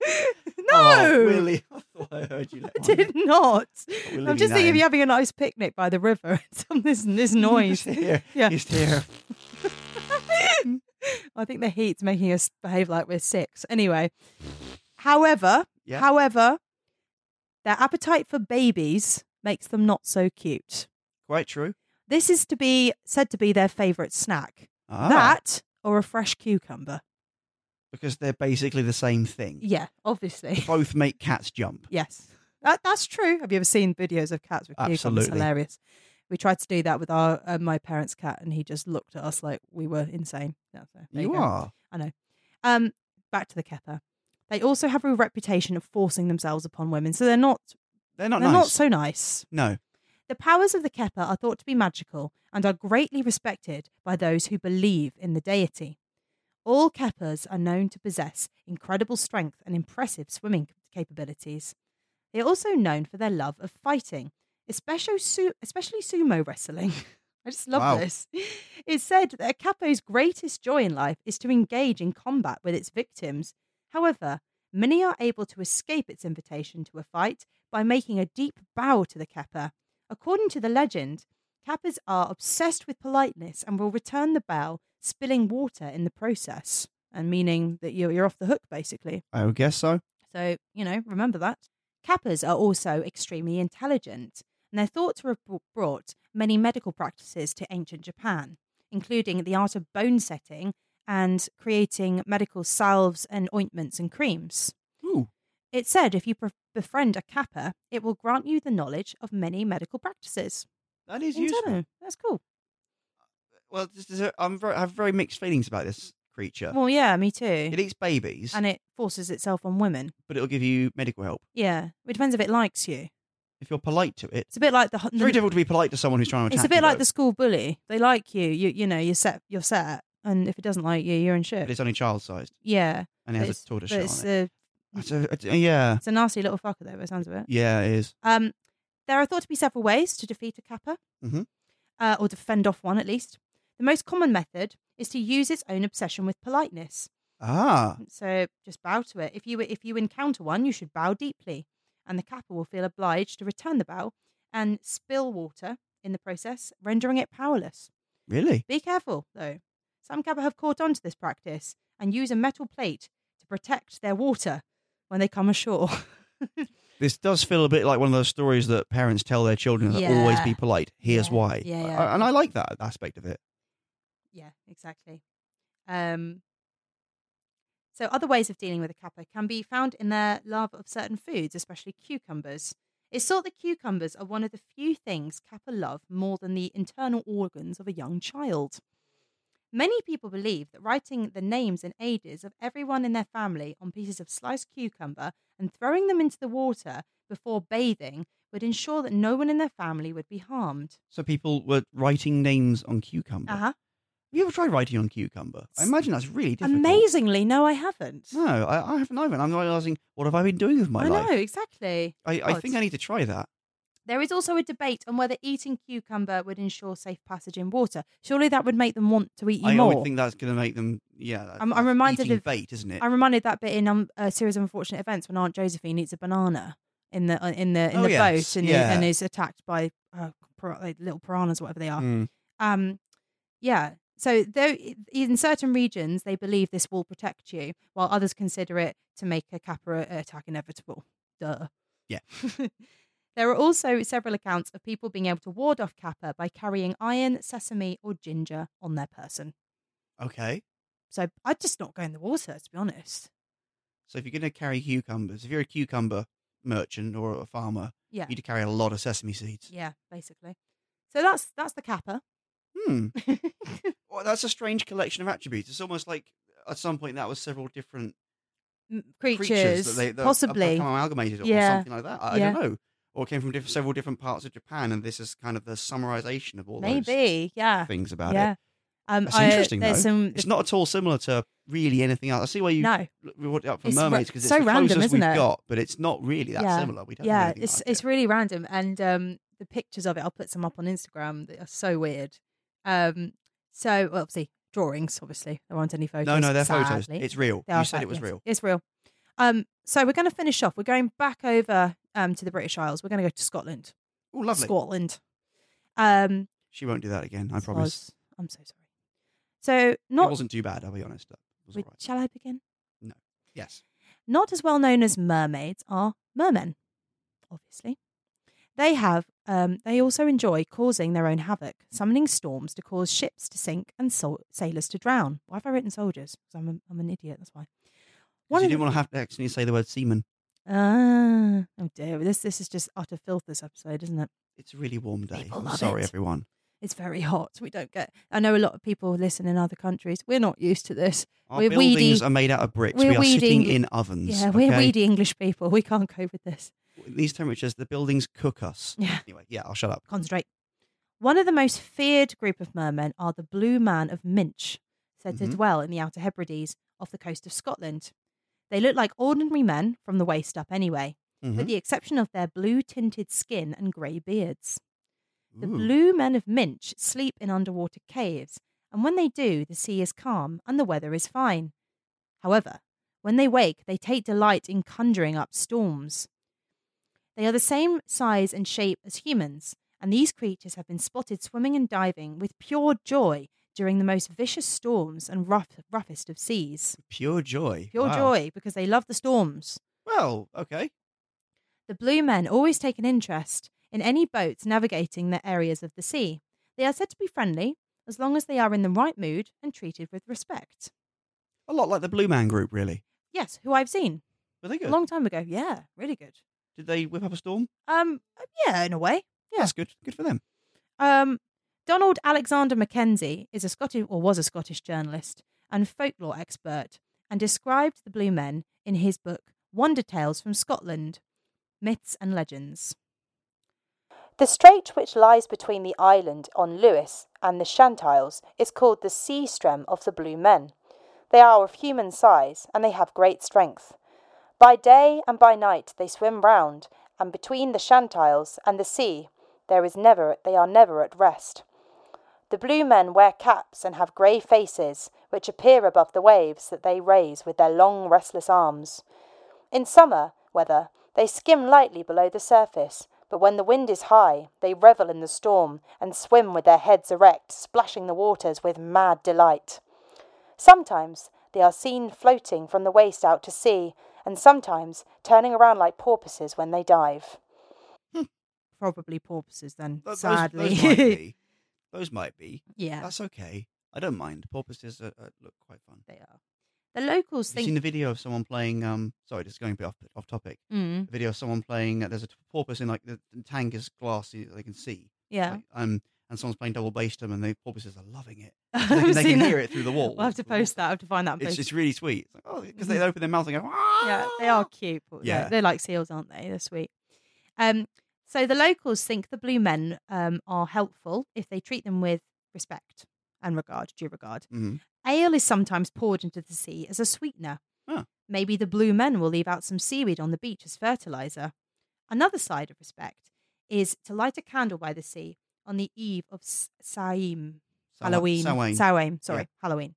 S2: no,
S3: Oh, Willie, I thought I heard you let
S2: I
S3: one go.
S2: did not.
S3: We're leaving
S2: I'm just
S3: that
S2: thinking
S3: in.
S2: of you having a nice picnic by the river and some this this noise.
S3: Just hear-
S2: Yeah.
S3: Just hear.
S2: I think the heat's making us behave like we're six. Anyway, however,
S3: Yeah.
S2: however, their appetite for babies makes them not so cute.
S3: Quite true.
S2: This is to be said to be their favorite snack.
S3: Ah,
S2: That or a fresh cucumber.
S3: because they're basically the same thing.
S2: Yeah, obviously.
S3: Both make cats jump.
S2: yes, that, that's true. Have you ever seen videos of cats with cucumbers?
S3: Absolutely.
S2: Hilarious. We tried to do that with our uh, my parents' cat, and he just looked at us like we were insane. That's it. There
S3: you
S2: go.
S3: are.
S2: Um, back to the Keppa. They also have a reputation of forcing themselves upon women, so they're not
S3: They're not
S2: they're
S3: nice.
S2: not so nice.
S3: no.
S2: The powers of the Keppa are thought to be magical and are greatly respected by those who believe in the deity. All Keppas are known to possess incredible strength and impressive swimming capabilities. They are also known for their love of fighting, especially, su- especially sumo wrestling. I just love
S3: Wow.
S2: this. It's said that a Keppa's greatest joy in life is to engage in combat with its victims. However, Minnie are able to escape its invitation to a fight by making a deep bow to the Kappa. According to the legend, Kappas are obsessed with politeness and will return the bow, spilling water in the process, and meaning that you're, you're off the hook, basically.
S3: I would guess so.
S2: So, you know, remember that. Kappas are also extremely intelligent, and they're thought to have br- brought many medical practices to ancient Japan, including the art of bone setting and creating medical salves and ointments and creams.
S3: Ooh.
S2: It said if you pre- befriend a kappa, it will grant you the knowledge of many medical practices.
S3: That is
S2: In
S3: useful.
S2: Deno. That's cool.
S3: Well, this is a, I'm very, I have very mixed feelings about this creature.
S2: Well, yeah, me too.
S3: it eats babies,
S2: And it forces itself on women.
S3: but it'll give you medical help
S2: Yeah, it depends if it likes you.
S3: if you're polite to it.
S2: It's a bit like the.
S3: It's very difficult to be polite to someone who's trying to
S2: It's a
S3: attack
S2: bit
S3: you,
S2: like
S3: though,
S2: the school bully. They like you. You you know you're set. You're set. And if it doesn't like you, you're in
S3: But
S2: shit.
S3: it's only child-sized
S2: Yeah,
S3: and it has
S2: it's-
S3: a tortoise
S2: but
S3: shell
S2: it's uh,
S3: on it.
S2: a
S3: That's a- it's- yeah,
S2: it's a nasty little fucker though. By the sounds of it.
S3: yeah, it is.
S2: Um, there are thought to be several ways to defeat a kappa,
S3: Mhm.
S2: uh, or to fend off one at least. The most common method is to use its own obsession with politeness.
S3: Ah,
S2: So um, just bow to it. If you if you encounter one, you should bow deeply, and the kappa will feel obliged to return the bow and spill water in the process, rendering it powerless.
S3: really?
S2: Be careful though. Some kappa have caught on to this practice and use a metal plate to protect their water when they come ashore.
S3: This does feel a bit like one of those stories that parents tell their children that always
S2: Yeah.
S3: be polite. Here's
S2: Yeah.
S3: why.
S2: Yeah,
S3: I-
S2: yeah.
S3: and I like that aspect of it.
S2: Yeah, exactly. Um, so other ways of dealing with a kappa can be found in their love of certain foods, especially cucumbers. It's thought that cucumbers are one of the few things kappa love more than the internal organs of a young child. Many people believe that writing the names and ages of everyone in their family on pieces of sliced cucumber and throwing them into the water before bathing would ensure that no one in their family would be harmed.
S3: So people were writing names on cucumber.
S2: Uh huh.
S3: Have you ever tried writing on cucumber? I
S2: S-
S3: imagine that's really difficult.
S2: Amazingly, no, I haven't.
S3: No, I, I haven't either. I'm realizing what have I been doing with my
S2: I
S3: life?
S2: know, Oh, exactly.
S3: I, I
S2: God.
S3: think I need to try that.
S2: There is also a debate on whether eating cucumber would ensure safe passage in water. Surely that would make them want to eat you
S3: I
S2: more.
S3: would think that's going to make them. Yeah, that-
S2: I'm- I'm
S3: that's
S2: reminded
S3: eating
S2: of-
S3: bait, isn't it?
S2: I'm reminded that bit in um, a series of unfortunate events when Aunt Josephine eats a banana in the uh, in the in
S3: Oh,
S2: the
S3: yes,
S2: boat and,
S3: yeah.
S2: and is attacked by uh, piran- like little piranhas, whatever they are.
S3: Mm.
S2: Um, yeah. So though i- in certain regions they believe this will protect you, while others consider it to make a capra attack inevitable. Duh.
S3: Yeah.
S2: there are also several accounts of people being able to ward off kappa by carrying iron, sesame, or ginger on their person.
S3: Okay.
S2: So I'd just not go in the water, to be honest.
S3: So if you're going to carry cucumbers, if you're a cucumber merchant or a farmer,
S2: Yeah.
S3: you need to carry a lot of sesame seeds.
S2: Yeah, basically. So that's that's the kappa.
S3: Hmm. Well, that's a strange collection of attributes. It's almost like at some point that was several different
S2: M-
S3: creatures,
S2: creatures,
S3: that they that have
S2: possibly.
S3: become amalgamated or
S2: Yeah.
S3: something like that. I, I
S2: Yeah.
S3: don't know. Or came from diff- several different parts of Japan, and this is kind of the summarization of all
S2: Maybe,
S3: those
S2: yeah,
S3: things about
S2: yeah.
S3: it.
S2: Um,
S3: That's
S2: I-
S3: interesting,
S2: There's
S3: though.
S2: some.
S3: It's not at all similar to really anything else. I see why you
S2: no,
S3: look- we looked it up for
S2: It's ra-
S3: mermaids because it's
S2: so
S3: the
S2: random,
S3: closest
S2: isn't
S3: we've
S2: it?
S3: got, but it's not really that
S2: Yeah.
S3: similar. We don't. know
S2: yeah,
S3: anything
S2: it's
S3: like
S2: it's
S3: it.
S2: really random, and um, the pictures of it, I'll put some up on Instagram. They are so weird. Um, so well, obviously drawings. Obviously, there aren't any photos.
S3: no, no, they're photos.
S2: sadly.
S3: It's real.
S2: They are
S3: You said
S2: sad,
S3: it was
S2: yes.
S3: real.
S2: It's real. Um, so we're going to finish off. We're going back over um to the British Isles. We're going to go to Scotland.
S3: Oh, lovely.
S2: Scotland. Um,
S3: She won't do that again. I promise.
S2: Oz. I'm so sorry. So
S3: It
S2: not.
S3: wasn't too bad. I'll be honest. That was
S2: with-
S3: all right.
S2: Shall I begin?
S3: Yes.
S2: Not as well known as mermaids are mermen, obviously. They have, um, they also enjoy causing their own havoc, summoning storms to cause ships to sink and sol- sailors to drown. Why have I written soldiers? Because I'm, a- I'm an idiot. That's why.
S3: 'Cause
S2: One
S3: you
S2: of
S3: didn't
S2: the-
S3: want to have to accidentally say the word semen.
S2: Ah, oh dear! This this is just utter filth. This episode, isn't it?
S3: It's a really warm day.
S2: People
S3: I'm
S2: love
S3: sorry,
S2: it.
S3: everyone.
S2: It's very hot. We don't get. I know a lot of people listen in other countries. We're not used to this.
S3: Our
S2: We're
S3: buildings
S2: weedy.
S3: are made out of bricks.
S2: We're
S3: we are sitting
S2: weedy.
S3: in ovens.
S2: Yeah, we're
S3: okay?
S2: weedy English people. We can't cope with this.
S3: These temperatures, the buildings cook us.
S2: Yeah.
S3: Anyway, yeah, I'll shut up.
S2: concentrate. One of the most feared group of mermen are the Blue Man of Minch, said
S3: Mhm.
S2: to dwell in the Outer Hebrides off the coast of Scotland. They look like ordinary men from the waist up, anyway,
S3: Mhm.
S2: with the exception of their blue tinted skin and grey beards. The
S3: Ooh.
S2: Blue Men of Minch sleep in underwater caves, and when they do, the sea is calm and the weather is fine. However, When they wake, they take delight in conjuring up storms. They are the same size and shape as humans, and these creatures have been spotted swimming and diving with pure joy during the most vicious storms and rough, roughest of seas.
S3: Pure joy.
S2: Pure
S3: Wow.
S2: joy because they love the storms.
S3: Well, okay.
S2: The blue men always take an interest in any boats navigating the areas of the sea. They are said to be friendly as long as they are in the right mood and treated with respect.
S3: A lot like the Blue Man Group, really.
S2: Yes, who I've seen
S3: Were they
S2: a
S3: good?
S2: long time ago. Yeah, really good.
S3: Did they whip up a storm?
S2: Um, yeah, in a way. Yeah.
S3: That's good. Good for them.
S2: Um, Donald Alexander Mackenzie is a Scottish or was a Scottish journalist and folklore expert, and described the Blue Men in his book Wonder Tales from Scotland: Myths and Legends. The strait which lies between the island on Lewis and the Shantiles is called the Sea Strem of the Blue Men. They are of human size, and they have great strength. By day and by night they swim round, and between the shantiles and the sea there is never they are never at rest. The blue men wear caps and have grey faces, which appear above the waves that they raise with their long restless arms. In summer weather they skim lightly below the surface, but when the wind is high they revel in the storm and swim with their heads erect, splashing the waters with mad delight. Sometimes they are seen floating from the waist out to sea, and sometimes turning around like porpoises when they dive. Hmm. Probably porpoises, then,
S3: Th- those-
S2: sadly.
S3: Those, might be. Those might be.
S2: yeah,
S3: That's okay. I don't mind. Porpoises are, are, look quite fun.
S2: they are. The locals
S3: Have you
S2: think.
S3: seen the video of someone playing? Um, sorry, just going a bit off off topic.
S2: Mm,
S3: A video of someone playing. Uh, there's a t- porpoise in like the, the tank is glass. so They can see.
S2: yeah.
S3: Like, um, and someone's playing double bass to them, and the porpoises are loving it.
S2: I've
S3: They, can- they
S2: seen
S3: can
S2: that.
S3: hear it through the wall.
S2: We'll have to post that. I have to find that. And
S3: It's
S2: post.
S3: it's really sweet. It's like, oh, because they
S2: Mhm.
S3: open their mouth and go. "Ah!"
S2: yeah, they are cute. But they're-
S3: Yeah.
S2: they're like seals, aren't they? They're sweet. Um, so the locals think the blue men um, are helpful if they treat them with respect and regard, due regard.
S3: Mhm.
S2: Ale is sometimes poured into the sea as a sweetener.
S3: Ah.
S2: Maybe the blue men will leave out some seaweed on the beach as fertilizer. Another side of respect is to light a candle by the sea on the eve of S- Saim,
S3: Sa-
S2: Halloween.
S3: Samhain.
S2: Samhain, sorry, Halloween.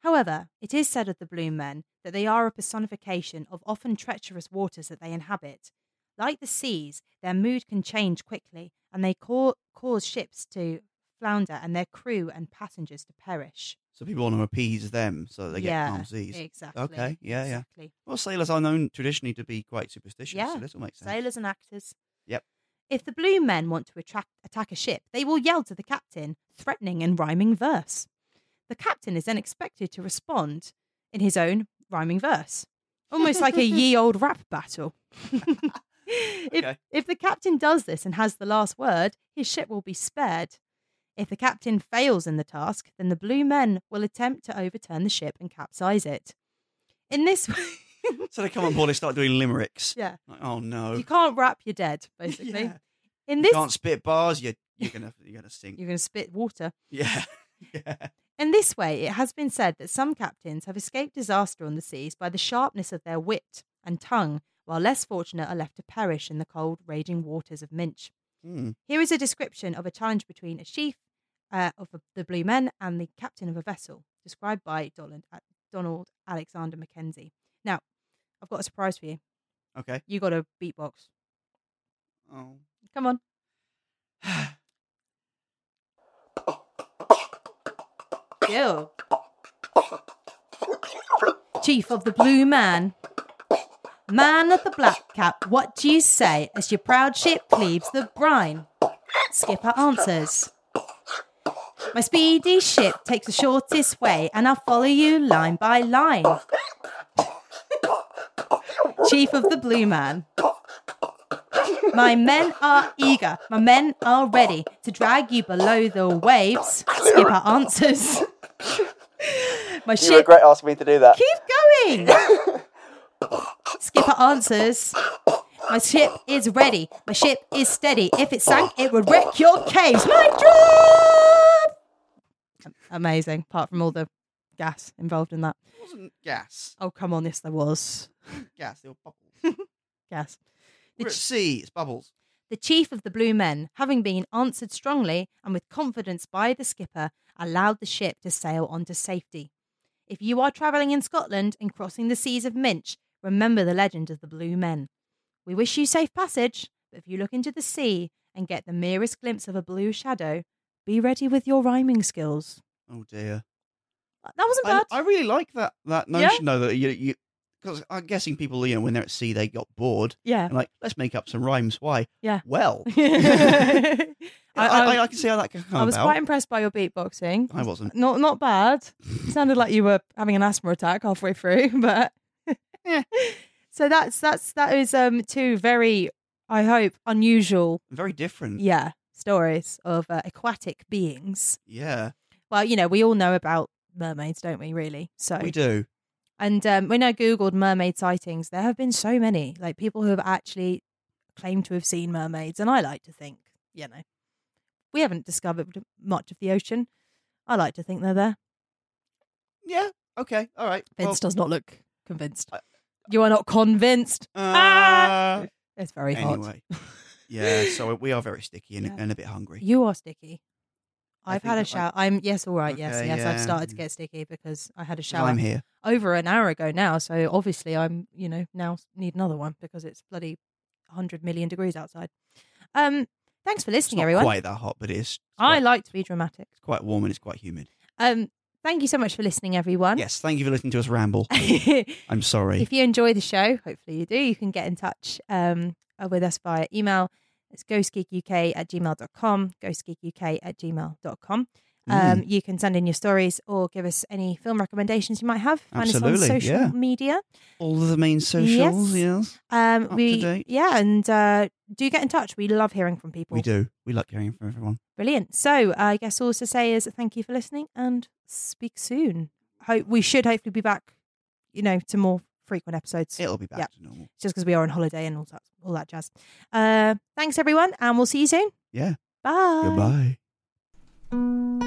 S2: However, it is said of the Blue Men that they are a personification of often treacherous waters that they inhabit. Like the seas, their mood can change quickly and they ca- cause ships to flounder and their crew and passengers to perish.
S3: So people want to appease them, so they get
S2: Yeah,
S3: palm Z's.
S2: Exactly.
S3: Okay, yeah, yeah.
S2: exactly.
S3: Well, sailors are known traditionally to be quite superstitious,
S2: Yeah,
S3: so this will make sense.
S2: Sailors and actors.
S3: Yep.
S2: If the Blue Men want to attract, attack a ship, they will yell to the captain, threatening and rhyming verse. The captain is then expected to respond in his own rhyming verse, almost like a ye old rap battle. if,
S3: Okay.
S2: if the captain does this and has the last word, his ship will be spared. If the captain fails in the task, then the Blue Men will attempt to overturn the ship and capsize it. In this way,
S3: So they come on board, they start doing limericks.
S2: yeah,
S3: Like, oh no!
S2: you can't rap, you're dead, basically.
S3: Yeah.
S2: In
S3: You
S2: this,
S3: can't spit bars. You're you're gonna you're gonna sink.
S2: you're going to spit water.
S3: Yeah, yeah.
S2: In this way, it has been said that some captains have escaped disaster on the seas by the sharpness of their wit and tongue, while less fortunate are left to perish in the cold, raging waters of Minch.
S3: Hmm.
S2: Here is a description of a challenge between a chief uh, of the- the Blue Men and the captain of a vessel, described by Donald, Donald Alexander Mackenzie. Now, I've got a surprise for you.
S3: Okay.
S2: You got a beatbox.
S3: Oh.
S2: Come on. Yo. Chief of the Blue Man. Man of the Black Cap, what do you say as your proud ship cleaves the brine? Skipper answers. My speedy ship takes the shortest way, and I'll follow you line by line. Chief of the Blue Man. My men are eager, my men are ready to drag you below the waves. Skipper answers. My
S4: You
S2: ship
S4: regret asking me to do that.
S2: Keep going. Skipper answers. My ship is ready. My ship is steady. If it sank, it would wreck your caves. My drop. Amazing. Apart from all the gas involved in that.
S3: It wasn't gas.
S2: Oh come on, yes there was
S3: Gas. They were bubbles.
S2: gas.
S3: We're at sea. It's bubbles.
S2: The chief of the Blue Men, having been answered strongly and with confidence by the skipper, allowed the ship to sail on to safety. If you are travelling in Scotland and crossing the seas of Minch, remember the legend of the Blue Men. We wish you safe passage, but if you look into the sea and get the merest glimpse of a blue shadow, be ready with your rhyming skills.
S3: Oh dear.
S2: That wasn't
S3: I,
S2: bad.
S3: I really like that that
S2: Yeah.
S3: notion though that you you because I'm guessing people you know when they're at sea they got bored
S2: yeah.
S3: and like let's make up some rhymes. Why?
S2: Yeah.
S3: Well,
S2: I, I-
S3: I, I, I can see how that can come
S2: I was
S3: about.
S2: quite impressed by your beatboxing.
S3: I wasn't.
S2: Not not bad. It sounded like you were having an asthma attack halfway through, but
S3: Yeah.
S2: so that's that's that is um two very I hope unusual
S3: Very different.
S2: yeah stories of uh, aquatic beings.
S3: Yeah,
S2: Well, you know we all know about mermaids, don't we? Really, so
S3: we do.
S2: and um, when I googled mermaid sightings, there have been so many like people who have actually claimed to have seen mermaids, and I like to think you know we haven't discovered much of the ocean. I like to think they're there.
S3: Yeah. Okay. All right. Well,
S2: Vince does not look convinced.
S3: I-
S2: you are not convinced. Ah!
S3: uh,
S2: It's very hot.
S3: anyway. Yeah. So we are very sticky and,
S2: Yeah.
S3: and a bit hungry.
S2: You are sticky.
S3: I
S2: I've had a
S3: think I-
S2: shower. I'm yes, all right, yes,
S3: Okay,
S2: yes. I've
S3: yeah,
S2: started to
S3: yeah.
S2: get sticky because I had a
S3: 'Cause
S2: shower
S3: I'm here.
S2: over an hour ago now. So obviously, I'm you know now need another one because it's bloody 100 million degrees outside. Um, thanks for
S3: It's
S2: listening,
S3: not
S2: everyone.
S3: quite that hot, but it is. It's
S2: I
S3: quite,
S2: like to be dramatic.
S3: it's quite warm and it's quite humid.
S2: Um, thank you so much for listening, everyone.
S3: Yes. Thank you for listening to us ramble. I'm sorry.
S2: If you enjoy the show, hopefully you do, you can get in touch um, uh, with us via email. It's ghostgeekuk at gmail.com, ghostgeekuk at gmail.com. Um,
S3: Mm.
S2: You can send in your stories or give us any film recommendations you might have. Find us on
S3: Absolutely,
S2: social
S3: yeah.
S2: media.
S3: All of the main socials. yes.
S2: Um,
S3: Up to
S2: we,
S3: date.
S2: Yeah, and uh, do get in touch. We love hearing from people.
S3: We do. We like hearing from everyone.
S2: Brilliant. So I guess all to say is thank you for listening and speak soon. Hope We should hopefully be back, you know, to more frequent episodes.
S3: It'll be back
S2: Yep.
S3: to normal.
S2: just because we are on holiday and all that, all that jazz. Uh, thanks, everyone, and we'll see you soon.
S3: Yeah.
S2: Bye.
S3: Goodbye.
S1: Goodbye.